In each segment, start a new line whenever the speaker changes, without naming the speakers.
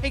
Hey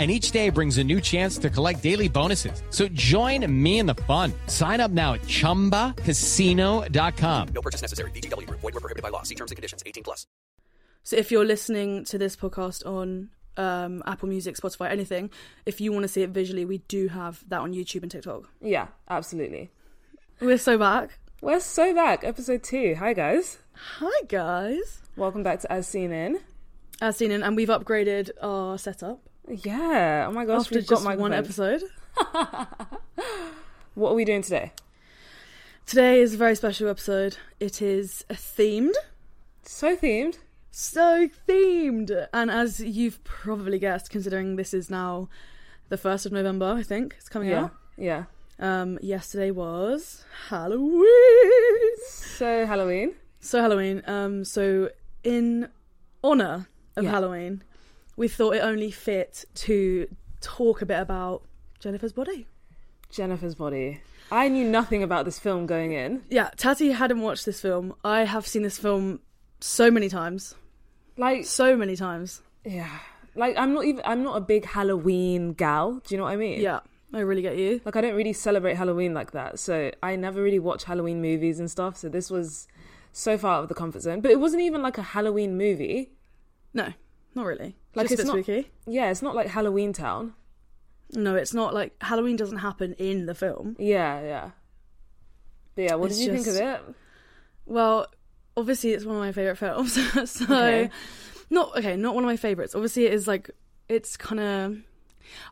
and each day brings a new chance to collect daily bonuses. So join me in the fun. Sign up now at ChumbaCasino.com.
No purchase necessary. VGW Group. Void were prohibited by law. See terms and conditions. 18 plus.
So if you're listening to this podcast on um, Apple Music, Spotify, anything, if you want to see it visually, we do have that on YouTube and TikTok.
Yeah, absolutely.
We're so back.
We're so back. Episode two. Hi guys.
Hi guys.
Welcome back to As Seen In.
As seen in, and we've upgraded our setup
Yeah. Oh my gosh,
after
we've
just
got my
one episode.
What are we doing today?
Today is a very special episode. It is themed.
So themed.
so themed. And as you've probably guessed, considering this is now the first of November, I think it's coming
Yeah.
out.
Yeah.
Um, yesterday was Halloween.
So Halloween.
So Halloween. Um, so in honor of
Yeah.
Halloween, we thought it only fit to talk a bit about Jennifer's body.
Jennifer's body. I knew nothing about this film going in.
Yeah, Tati hadn't watched this film. I have seen this film so many times,
Like
so many times.
yeah. Like I'm not even I'm not a big Halloween gal. Do you know what I mean?
Yeah, I really get you.
Like I don't really celebrate Halloween like that. So I never really watch Halloween movies and stuff. So this was so far out of the comfort zone. But it wasn't even like a Halloween movie.
No, not really.
Like
Just a
it's
bit
not
spooky.
Yeah, it's not like Halloween Town.
No, it's not like Halloween doesn't happen in the film.
Yeah, yeah. But yeah, what
It's
did you
just-
think of it?
Well, obviously it's one of my favorite films. so
Okay.
not okay, not one of my favorites. Obviously it is like it's kind of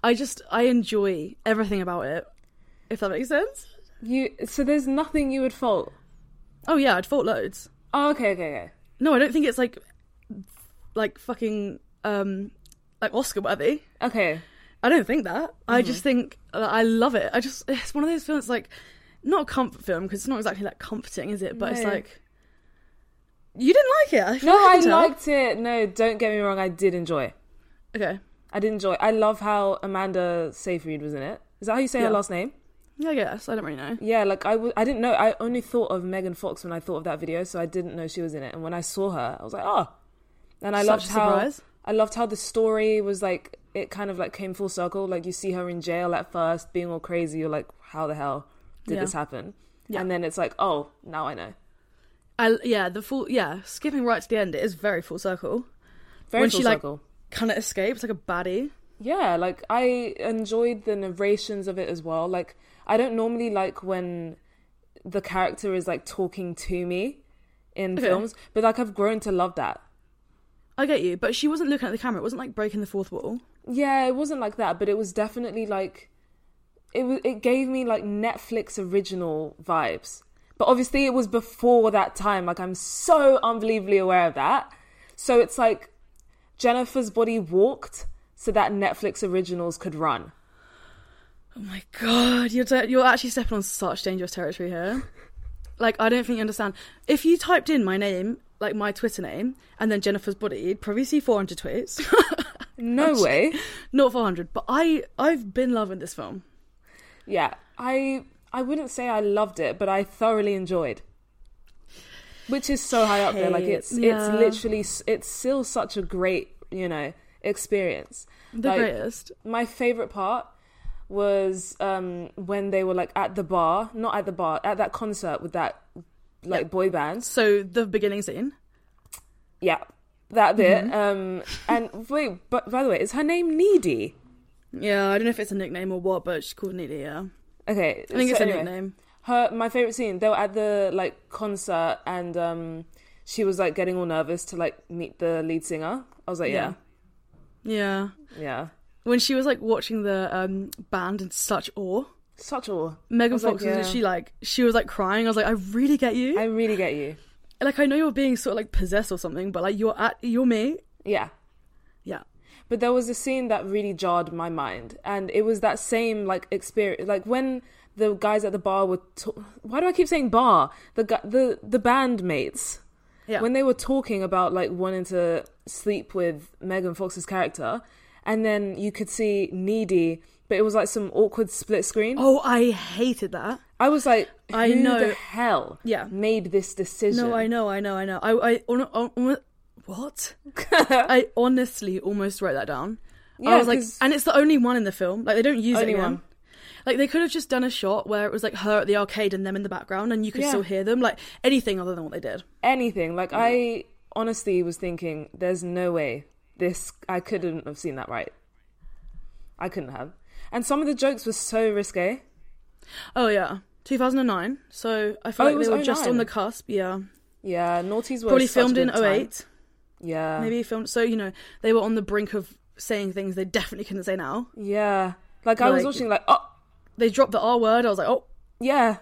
I just I enjoy everything about it. If that makes sense.
You so there's nothing you would fault.
Oh yeah, I'd fault loads.
Oh, okay, okay, okay.
No, I don't think it's like like fucking um like Oscar worthy.
Okay.
I don't think that. I
Mm-hmm.
just think uh, I love it. I just it's one of those films like not a comfort film because it's not exactly like comforting, is it? But it's
No.
like you didn't like it. I feel
No,
like
I
can tell.
liked it. No, don't get me wrong, I did enjoy.
Okay,
I did enjoy. I love how Amanda Seyfried was in it. Is that how you say
Yeah.
her last name?
yeah, I guess I don't really know.
Yeah, like I, w- I didn't know. I only thought of Megan Fox when I thought of that video, so I didn't know she was in it. And when I saw her, I was like, oh. And I
Such
loved
a
how
surprise.
I loved how the story was like it kind of like came full circle. Like you see her in jail at first, being all crazy. You're like, how the hell did
Yeah.
this happen?
Yeah.
And then it's like, oh, now I know.
I yeah the full yeah skipping right to the end. It is very full circle.
Very
When
full
she, like-
circle.
Kind of escapes like a baddie.
yeah like i enjoyed the narrations of it as well like i don't normally like when the character is like talking to me in
Okay.
films but like i've grown to love that
I get you, but she wasn't looking at the camera. It wasn't like breaking the fourth wall.
yeah it wasn't like that but it was definitely like it was it gave me like netflix original vibes but obviously it was before that time like i'm so unbelievably aware of that so it's like jennifer's body walked so that netflix originals could run
Oh my god, you're de- you're actually stepping on such dangerous territory here. like I don't think you understand. If you typed in my name, like my Twitter name, and then Jennifer's body, you'd probably see 400 tweets.
no way
Not 400, but I I've been loving this film.
yeah i i wouldn't say i loved it but i thoroughly enjoyed which is so high up there like
Okay,
it's
yeah.
it's literally s- it's still such a great you know experience
The
Like,
greatest.
my favorite part was um when they were like at the bar not at the bar at that concert with that like boy band
So the beginning scene.
yeah that bit
Mm-hmm.
um and wait but by the way is her name needy
Yeah, I don't know if it's a nickname or what, but she's called Neely. Yeah,
okay
I think it's a nickname.
her my favorite scene they were at the like concert and um she was like getting all nervous to like meet the lead singer i was like yeah
Yeah,
yeah,
when she was like watching the um band in such awe,
such awe I
Megan
was like,
Fox
yeah.
was she like she was like crying. I was like, I really get you.
i really get you
like I know you're being sort of like possessed or something, but like you're at you're me.
yeah
Yeah.
but there was a scene that really jarred my mind and it was that same like experience like when the guys at the bar were t- why do i keep saying bar the gu- the the bandmates
Yeah.
when they were talking about like wanting to sleep with Megan Fox's character, and then you could see needy, but it was like some awkward split screen.
Oh, I hated that.
I was like, who
I know.
the hell
Yeah.
made this decision?
No, I know, I know, I know. I, I, on, on, on- what? I honestly almost wrote that down.
Yeah,
I was like,
'cause-
and it's the only one in the film. Like they don't use
Only
it again.
one.
Like they could have just done a shot where it was like her at the arcade and them in the background, and you could
Yeah.
still hear them. Like anything other than what they did.
Anything. Like, I honestly was thinking, there's no way this, I couldn't have seen that right. I couldn't have. And some of the jokes were so risque.
Oh yeah, 2009. So I feel
Oh, it
like
was
they were just
09.
on the cusp. Yeah,
Yeah, Naughty's were
probably
such
filmed in
good time.
08.
Yeah.
Maybe filmed. So you know they were on the brink of saying things they definitely couldn't say now.
Yeah. Like, I was
Like-
watching, like, oh,
They dropped the R word. I was like, oh,
yeah,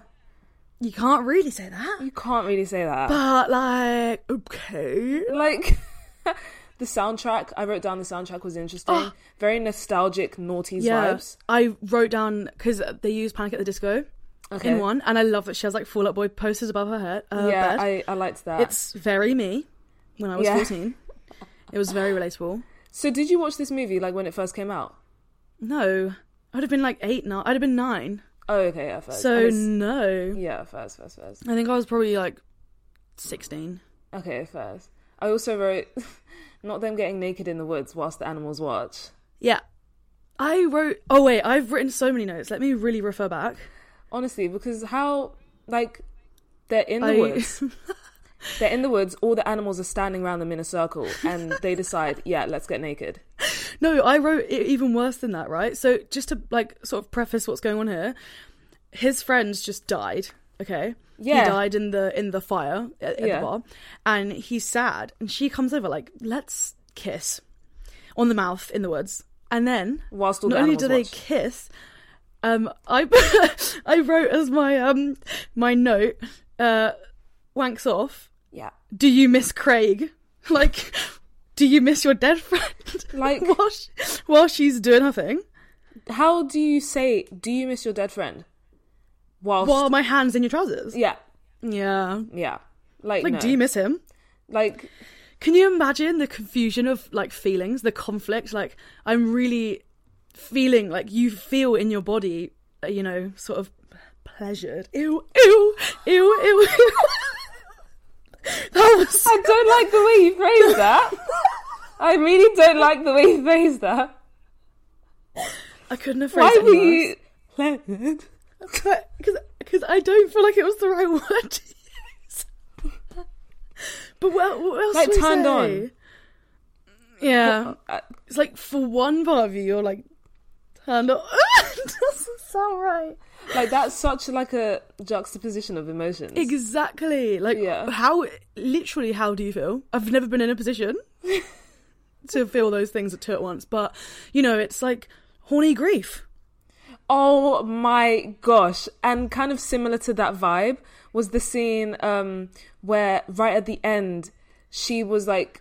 you can't really say that.
you can't really say that.
But like, okay.
like the soundtrack i wrote down the soundtrack was interesting very nostalgic naughties vibes
I wrote down because they use Panic at the Disco
okay
in one, and I love that she has like Fall Out Boy posters above her head. Uh,
yeah
bed.
I, I liked that
it's very me when I was
Yeah.
14. It was very relatable.
so did you watch this movie like when it first came out
No, I'd have been like eight now. I'd have been nine.
oh okay yeah first
So
And it's-
no,
yeah first first first
I think I was probably like 16.
okay first i also wrote not them getting naked in the woods whilst the animals watch
Yeah, I wrote. Oh wait, I've written so many notes. Let me really refer back.
honestly because how like they're in the
I-
woods they're in the woods all the animals are standing around them in a circle and they decide yeah let's get naked
No, I wrote it even worse than that, right? So just to like sort of preface what's going on here, his friends just died. Okay,
Yeah.
he died in the in the fire at, at
Yeah.
the bar, and he's sad. And she comes over like, let's kiss on the mouth in the woods, and then
Whilst all the
not only
animals
do they
watch.
kiss, um, I I wrote as my um my note, uh, wanks off.
yeah
Do you miss Craig? Like, do you miss your dead friend?
like
while, she, while she's doing her thing,
How do you say, do you miss your dead friend? Whilst.
while my hand's in your trousers.
yeah,
Yeah.
yeah. Like,
Like,
no.
do you miss him?
Like,
Can you imagine the confusion of like feelings, the conflict? Like, I'm really feeling like you feel in your body, uh, you know, sort of pleasured. Ew, ew, ew, ew. ew. that was.
I don't like the way you phrased that. I really don't like the way you phrased that.
I couldn't have
Why
phrased
were you. Leonard?
Because I don't feel like it was the right word to use. But what, what else
Like,
do we
turned
say?
on.
Yeah.
Uh,
It's like for one part of you, you're like turned on. it doesn't sound right.
Like, that's such like a juxtaposition of emotions.
Exactly. Like
Yeah.
how literally how do you feel? I've never been in a position to feel those things at two at once, but you know, it's like horny grief.
Oh my gosh. And kind of similar to that vibe was the scene um where right at the end she was like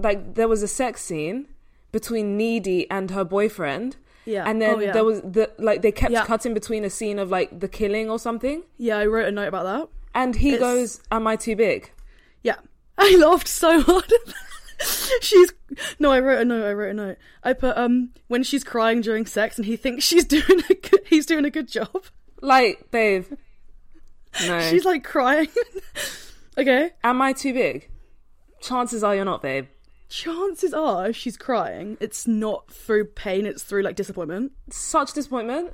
like there was a sex scene between Needy and her boyfriend.
Yeah.
And then
Oh, yeah.
there was the like they kept
Yeah.
cutting between a scene of like the killing or something.
Yeah, I wrote a note about that.
And he
It's-
goes, Am I too big?
Yeah. I laughed so hard. at that. she's no, I wrote a note, I wrote a note. I put um when she's crying during sex and he thinks she's doing a good, he's doing a good job.
Like, babe. No.
She's like crying. okay.
Am I too big? Chances are you're not, babe.
chances are if she's crying it's not through pain it's through like disappointment
Such disappointment.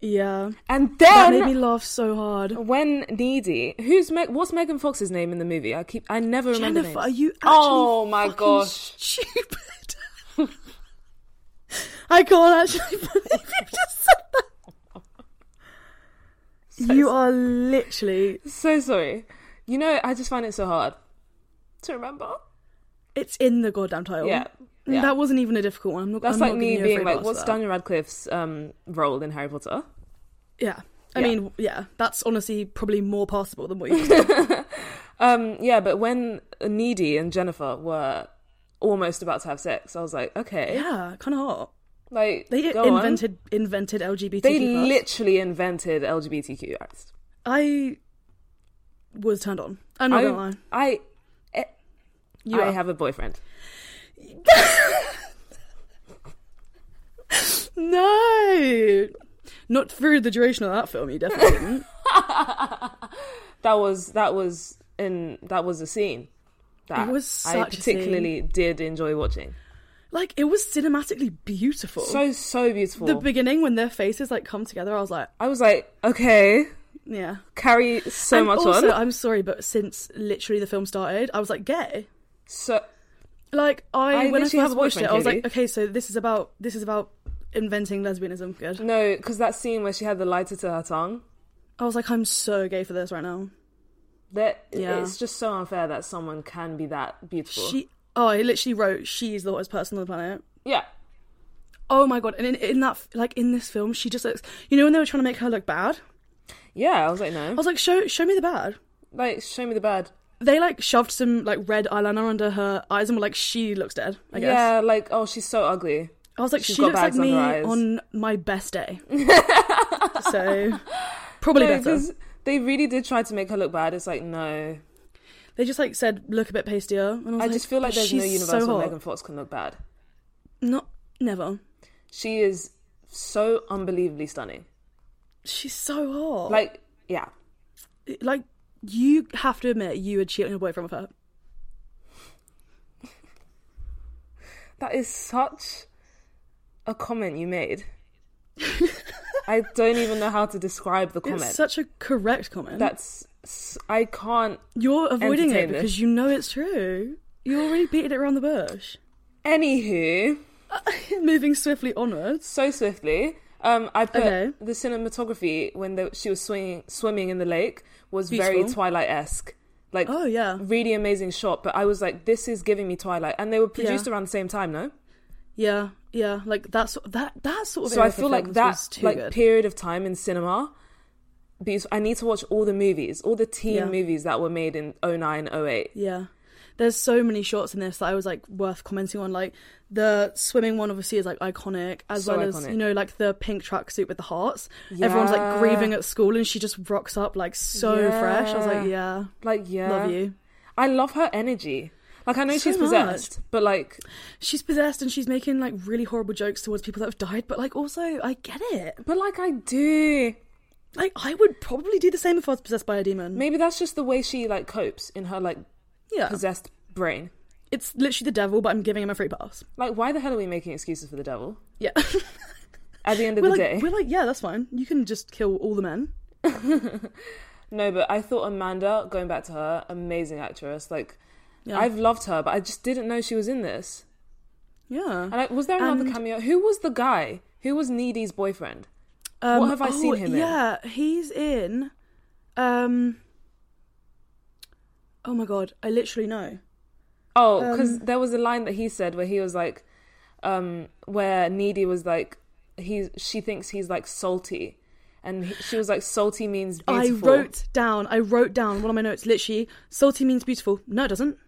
yeah
And
that
then
made me laugh so hard
when needy who's Meg what's megan fox's name in the movie i keep i never remember
jennifer
names.
are you actually
oh my
fucking
gosh
stupid i can't actually believe you just said that you are literally
so sorry you know i just find it so hard to remember
it's in the goddamn title
yeah yeah.
Mm, that wasn't even a difficult one I'm not,
that's
I'm
like
not
me
giving you a
being
free
like
pass
what's
for that.
daniel radcliffe's um role in harry potter
yeah I
Yeah.
mean, yeah, that's honestly probably more passable than what you just did.
um yeah but when needy and jennifer were almost about to have sex i was like okay
yeah, kind of hot.
like
They
go on.
invented invented LGBT.
they literally invented lgbtq rights
I was turned on. I'm not gonna
I,
lie.
I
You
I
are.
have a boyfriend.
No, not through the duration of that film. You definitely didn't.
That was that was in that was a scene that
It was
I
such a
particularly did enjoy watching.
like it was cinematically beautiful.
So so beautiful.
the beginning when their faces like come together, I was like,
I was like, okay,
yeah.
carry so
and
much
also,
on.
I'm sorry, but since literally the film started, I was like gay.
So
Like I,
I
when I
literally have
first
a
watched it,
boyfriend,
I was
Katie.
like, okay, so this is about this is about inventing lesbianism. Good.
no, because that scene where she had the lighter to her tongue,
I was like, I'm so gay for this right now.
that
Yeah.
it's just so unfair that someone can be that beautiful.
She, oh, I literally wrote, she's the hottest person on the planet.
yeah,
Oh my god! And in, in that, like in this film, she just looks. You know when they were trying to make her look bad,
yeah. I was like, no,
I was like, show show me the bad.
like show me the bad.
They like shoved some like red eyeliner under her eyes and were like, she looks dead. I guess.
Yeah, like oh, she's so ugly.
I was like,
She's
she
got
looks like
bags on
me
her eyes."
on my best day. so probably
No,
better.
'cause they really did try to make her look bad. It's like no,
They just like said, look a bit pastier. And I, was
I just feel like
"But
there's
she's
no universe
so
where
hot."
Megan Fox can look bad.
Not never.
She is so unbelievably stunning.
She's so hot. Like,
Like yeah,
like you have to admit you would cheat on your boyfriend with her.
that is such a comment you made. I don't even know how to describe the comment.
It's such a correct comment.
That's s- I can't
You're avoiding it
entertain this.
because you know it's true. You already beating it around the bush.
Anywho,
Moving swiftly onwards.
so swiftly, um, I put
Okay.
the cinematography when the, she was swinging, swimming in the lake was very
Beautiful.
Twilight esque. Like,
Oh yeah,
really amazing shot. But I was like, this is giving me Twilight, and they were produced
Yeah.
around the same time, no?
yeah, yeah. Like that's that that sort of.
So I
era for
feel like
films
that
was too
like
good.
period of time in cinema. Because I need to watch all the movies, all the teen
Yeah.
movies that were made in 09, 08.
Yeah. There's so many shots in this that I was like worth commenting on. Like the swimming one obviously is like iconic, as
So
well as
iconic.
you know, like the pink tracksuit with the hearts. Everyone's like
Yeah.
grieving at school and she just rocks up like so fresh. I was like, yeah,
Like, yeah,
love you.
I love her energy. Like, I know
So
she's
much.
possessed, but like,
She's possessed and she's making like really horrible jokes towards people that have died, but like also I get it.
but like, I do.
Like I would probably do the same if I was possessed by a demon.
Maybe that's just the way she like copes in her like
yeah.
possessed brain.
It's literally the devil, but I'm giving him a free pass.
Like, why the hell are we making excuses for the devil
Yeah.
at the end of
we're
the
like
day?
we're like, yeah, that's fine. You can just kill all the men.
No, but I thought Amanda, going back to her, amazing actress. Like,
Yeah.
I've loved her, but I just didn't know she was in this.
yeah.
And like, was there another
And-
cameo? Who was the guy? Who was Needy's boyfriend? what have I seen him
Um,
in?
oh, yeah, he's in. Um. Oh my god, I literally know.
Oh,
Um,
because there was a line that he said where he was like, um, where Needy was like, he's she thinks he's like salty, and he, she was like, salty means beautiful.
I wrote down. I wrote down one of my notes. Literally, salty means beautiful. No, it doesn't.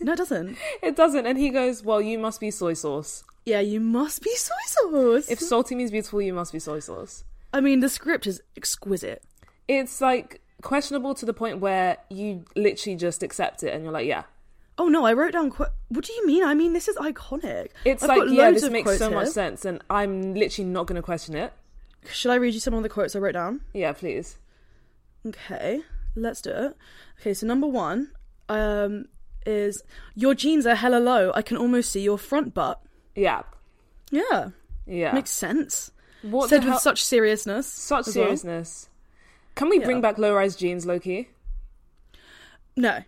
No, it doesn't.
It doesn't, and he goes, well, you must be soy sauce.
yeah, you must be soy sauce.
If salty means beautiful, you must be soy sauce.
I mean, the script is exquisite.
It's like questionable to the point where you literally just accept it, and you're like, yeah,
Oh no, I wrote down. Qu- what do you mean? I mean, this is iconic.
it's
I've
like,
got
yeah,
loads
this
of
makes
quotes
so much
here.
sense, and I'm literally not gonna question it.
Should I read you some of the quotes I wrote down?
Yeah, please.
Okay, let's do it. Okay, so number one um, is your jeans are hella low. I can almost see your front butt.
Yeah,
Yeah,
yeah.
makes sense.
what
Said
the
with
hell-
such seriousness.
Such
as well.
seriousness. Can we bring
Yeah.
back low rise jeans, Loki?
No.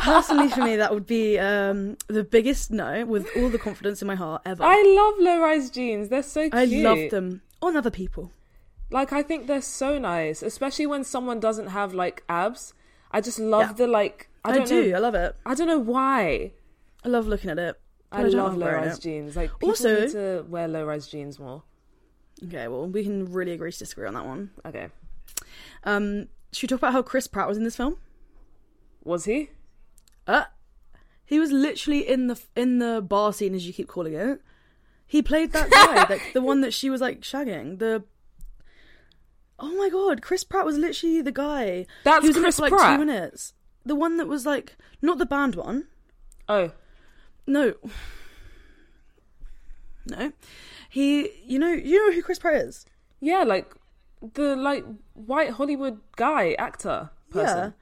Personally, for me, that would be um, the biggest no with all the confidence in my heart ever.
I love low rise jeans. They're so cute.
I love them on other people.
Like I think they're so nice, especially when someone doesn't have like abs. I just love
Yeah.
the like. I
I,
don't
do.
know.
I love it.
I don't know why.
I love looking at it. but
I,
don't
love low
wearing
rise
it.
jeans. Like people
Also-
need to wear low rise jeans more.
Okay, well, we can really agree to disagree on that one.
Okay,
Um, should we talk about how Chris Pratt was in this film?
was he?
Uh, he was literally in the in the bar scene, as you keep calling it. He played that guy, like the one that she was like shagging. The oh my god, Chris Pratt was literally the guy.
That's
he was in it
Chris
for, like
Pratt?
Two minutes. the one that was like not the band one.
Oh,
No. No. He you know you know who Chris Pratt is?
yeah, like the like white Hollywood guy actor
Yeah.
person.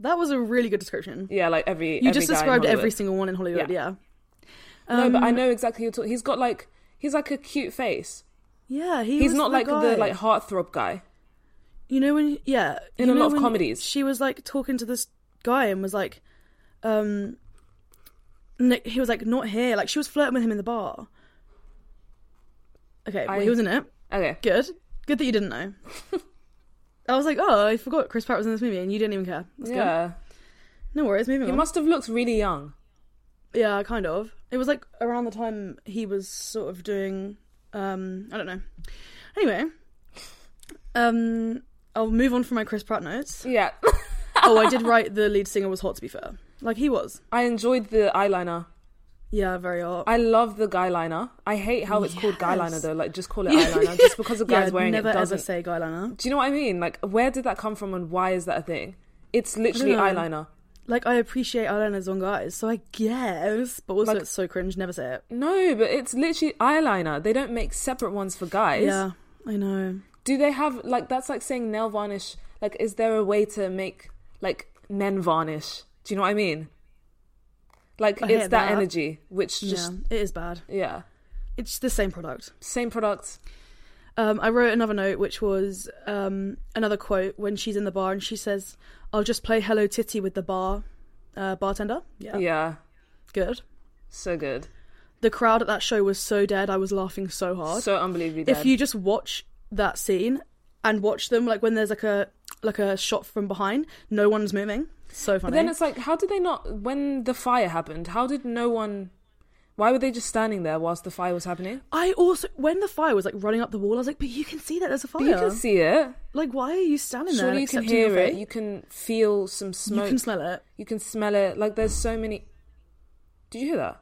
That was a really good description.
Yeah, like every
You
every
just
guy in
described every
Hollywood.
single one in Hollywood, yeah.
Yeah. No, but I know exactly. Who you're talking. He's got like he's like a cute face.
Yeah, he
He's
was
not
the
like
guy.
the like heartthrob guy.
You know when yeah,
In
you
a
know
lot of
when
comedies.
She was like talking to this guy and was like um Nick, he was like not here. Like she was flirting with him in the bar. Okay, well,
I-
he was in it.
Okay.
Good. Good that you didn't know. I was like, "Oh, I forgot Chris Pratt was in this movie and you didn't even care." That's good.
yeah.
No worries, moving
He
on.
must have looked really young.
Yeah, kind of. It was like around the time he was sort of doing um I don't know. Anyway, um I'll move on from my Chris Pratt notes.
Yeah.
oh, I did write the lead singer was hot to be fair. Like he was.
I enjoyed the eyeliner.
Yeah, very hot.
I love the guy liner. I hate how it's called guy liner
Yes.
though. Like just call it eyeliner. Just because a guy's
yeah,
wearing
never
it doesn't.
ever say guy liner.
Do you know what I mean? Like where did that come from and why is that a thing? It's literally
know.
eyeliner.
Like I appreciate eyeliners on guys, so I guess, but also
Like-
it's so cringe. Never say it.
No, but it's literally eyeliner. They don't make separate ones for guys.
Yeah, I know.
Do they have like that's like saying nail varnish? Like is there a way to make like men varnish? Do you know what I mean? Like
I
it's
hate
that,
that.
energy which just
yeah, it is bad.
yeah.
It's the same product.
Same product.
Um, I wrote another note, which was um, another quote when she's in the bar and she says, "I'll just play hello titty with the bar uh, bartender." Yeah,
Yeah.
good.
So good.
The crowd at that show was so dead. I was laughing so hard.
So unbelievably dead.
if you just watch that scene and watch them, like when there's like a like a shot from behind, no one's moving. So funny.
But then it's like, how did they not? When the fire happened, how did no one? Why were they just standing there whilst the fire was happening?
I also when the fire was like running up the wall, I was like, "But you can see that there's a fire.
But you can see it.
like, why are you standing there?
Surely
and
you can
accepting your
hear it.
fate?
You can feel some
You
smoke.
can smell it.
You can smell it. Like there's so many. Did you hear that?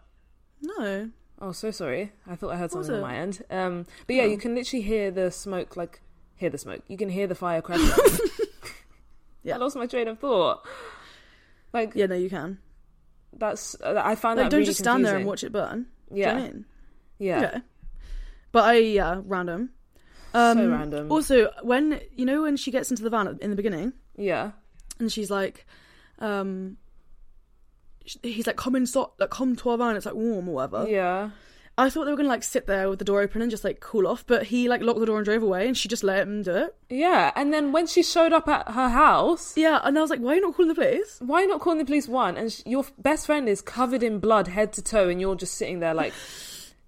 No,
Oh, so sorry. I thought I heard
was
something on
it? Oh.
my end. Um, but yeah, you can literally hear the smoke. Like hear the smoke. You can hear the fire crashing.
Yeah.
I lost my train of thought. Like
yeah, no, you can.
that's. uh, I found
Like,
that
don't
really
just stand there and
confusing.
watch it burn. Do you know
Yeah.
what I mean?
Yeah.
Okay. But I yeah, random. Um,
So random.
Also, when you know when she gets into the van at- in the beginning,
Yeah.
and she's like, um, sh- he's like, "Come in, so- like come to our van. It's like warm or whatever."
Yeah.
I thought they were gonna like sit there with the door open and just like cool off, but he like locked the door and drove away, and she just let him do it.
Yeah, and then when she showed up at her house,
Yeah, and I was like, "Why are you not calling the police?"
why not calling the police? One, and sh- your best friend is covered in blood, head to toe, and you're just sitting there like,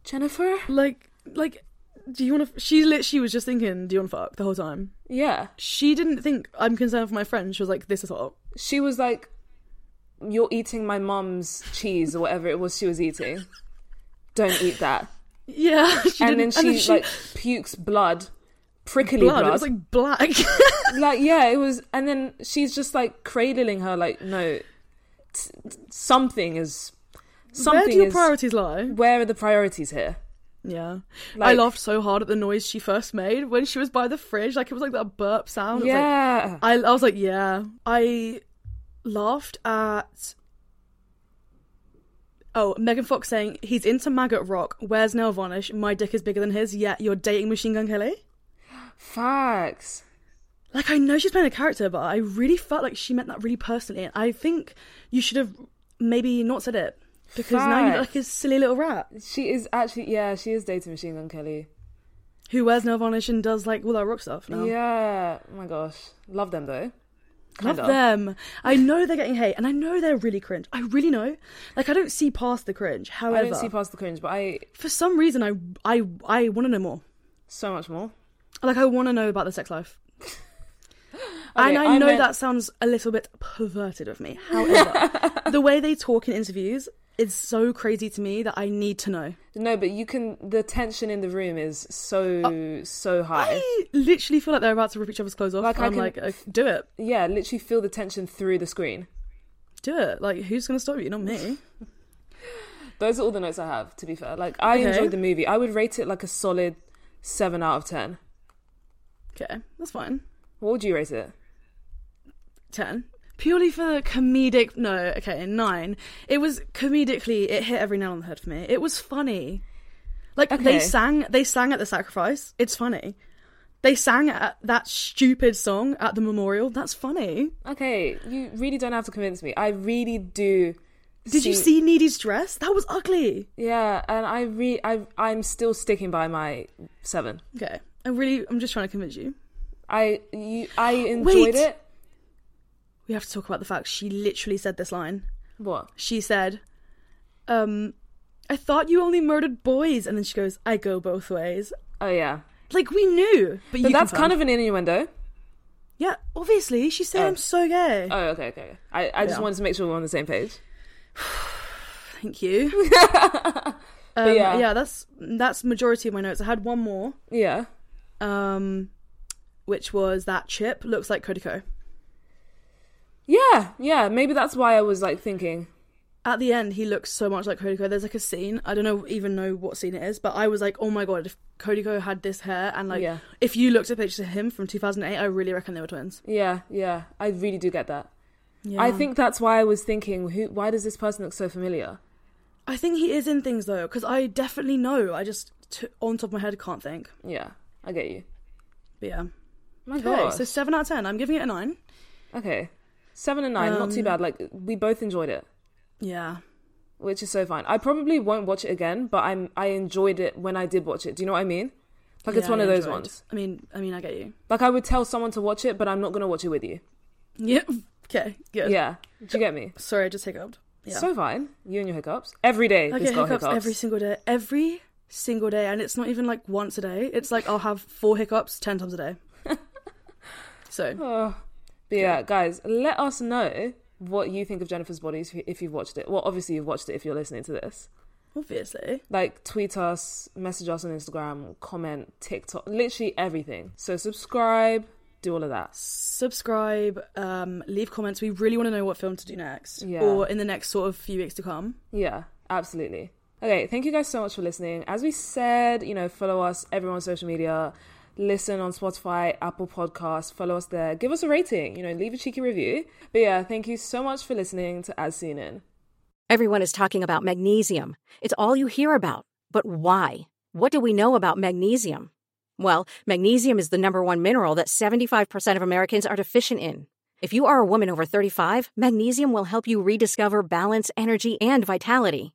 Jennifer.
Like, like, do you want to? She literally was just thinking, "Do you want to fuck?" the whole time.
Yeah,
She didn't think I'm concerned for my friend. She was like, "This is hot."
she was like, "You're eating my mum's cheese or whatever it was she was eating. Don't eat that."
Yeah, she
and then
didn't-
she like pukes blood, prickly
blood.
blood.
It was like black.
like yeah, it was. And then she's just like cradling her, like no, t- t- something is. Something
Where do your
is,
priorities lie?
Where are the priorities here?
Yeah, I
Like-
laughed so hard at the noise she first made when she was by the fridge. Like it was like that burp sound. It was like- uh,
Yeah.
I I was like, yeah. I laughed at. Oh, Megan Fox saying he's into maggot rock. Wears nail varnish. My dick is bigger than his. Yet you're dating Machine Gun Kelly.
Facts.
Like I know she's playing a character, but I really felt like she meant that really personally. And I think you should have maybe not said it because now you look like a silly little rat.
She is actually, yeah, she is dating Machine Gun Kelly.
who wears nail varnish and does like all that rock stuff now.
Yeah. Oh my gosh. Love them though.
Love
kind of.
them. I know they're getting hate, and I know they're really cringe. I really know. Like I don't see past the cringe. However,
I don't see past the cringe, but I
for some reason, I I I want to know more.
so much more.
Like I want to know about the sex life.
Okay,
and I,
I
know
meant-
that sounds a little bit perverted of me. However, the way they talk in interviews is so crazy to me that I need to know.
No, but you can, the tension in the room is so, so high.
I literally feel like they're about to rip each other's clothes off.
Like, I
I'm
can-
like, "Oh, do it,
Yeah, literally feel the tension through the screen.
do it. Like who's gonna stop you? Not me.
Those are all the notes I have, to be fair. Like, I
Okay.
enjoyed the movie. I would rate it like a solid 7 out of 10.
Okay, that's fine.
What would you rate it?
10 purely for the comedic. No, okay, nine. It was comedically. It hit every nail on the head for me. It was funny. Like
Okay.
they sang, they sang at the sacrifice. It's funny. They sang at that stupid song at the memorial. That's funny.
Okay, you really don't have to convince me. I really do.
Did you see Needy's dress? That was ugly.
Yeah, and I re I I'm still sticking by my seven.
Okay, I really, I'm just trying to convince you.
I you, I enjoyed
Wait.
it.
We have to talk about the fact she literally said this line.
What?
She said, "Um, I thought you only murdered boys," and then she goes, "I go both ways."
Oh yeah,
Like we knew, but,
but
you
that's
confirmed.
kind of an innuendo.
yeah. Obviously, she said,
Oh.
"I'm so gay."
Oh okay okay. I I just
Yeah.
wanted to make sure we're on the same page.
Thank you.
But
Um,
yeah
yeah, that's that's majority of my notes. I had one more,
yeah.
um, which was that chip looks like Kodiko.
Yeah, yeah, maybe that's why I was like thinking.
At the end, he looks so much like Kodiko. There's like a scene. I don't know even know what scene it is, but I was like, oh my god, if Kodiko had this hair and like,
Yeah.
if you looked at pictures of him from 2008, I really reckon they were twins.
Yeah, yeah, I really do get that.
Yeah.
I think that's why I was thinking, who? Why does this person look so familiar?
I think he is in things though, because I definitely know. I just t- on top of my head can't think.
Yeah, I get you.
But yeah.
My
Okay,
God.
so seven out of ten. I'm giving it a nine.
okay, seven and nine, not too
Um,
bad. Like we both enjoyed it,
Yeah.
which is so fine. I probably won't watch it again, but I'm I enjoyed it when I did watch it. Do you know what I mean? Like it's
Yeah,
one
I
of those
enjoyed.
ones.
I mean, I mean, I get you.
Like I would tell someone to watch it, but I'm not gonna watch it with you.
Yeah. Okay. Good.
Yeah, do you get me?
Sorry, I just hiccuped. Yeah.
So fine. You and your hiccups every day.
I
this
get
girl
hiccups, every single day. Every single day, and it's not even like once a day. It's like I'll have four hiccups ten times a day.
Oh.
so
But yeah, guys, let us know what you think of Jennifer's Bodies if you- if you've watched it. Well, obviously you've watched it if you're listening to this.
obviously,
Like tweet us, message us on Instagram, comment, TikTok, literally everything. So subscribe, do all of that.
subscribe, um, leave comments. We really want to know what film to do next,
Yeah.
or in the next sort of few weeks to come.
Yeah, absolutely. Okay, thank you guys so much for listening. As we said, you know, follow us everywhere on social media, listen on Spotify, Apple Podcasts, follow us there, give us a rating, you know, leave a cheeky review. But yeah, thank you so much for listening to As Seen In.
Everyone is talking about magnesium. It's all you hear about. But why? What do we know about magnesium? Well, magnesium is the number one mineral that 75% of Americans are deficient in. If you are a woman over 35, magnesium will help you rediscover balance, energy, and vitality.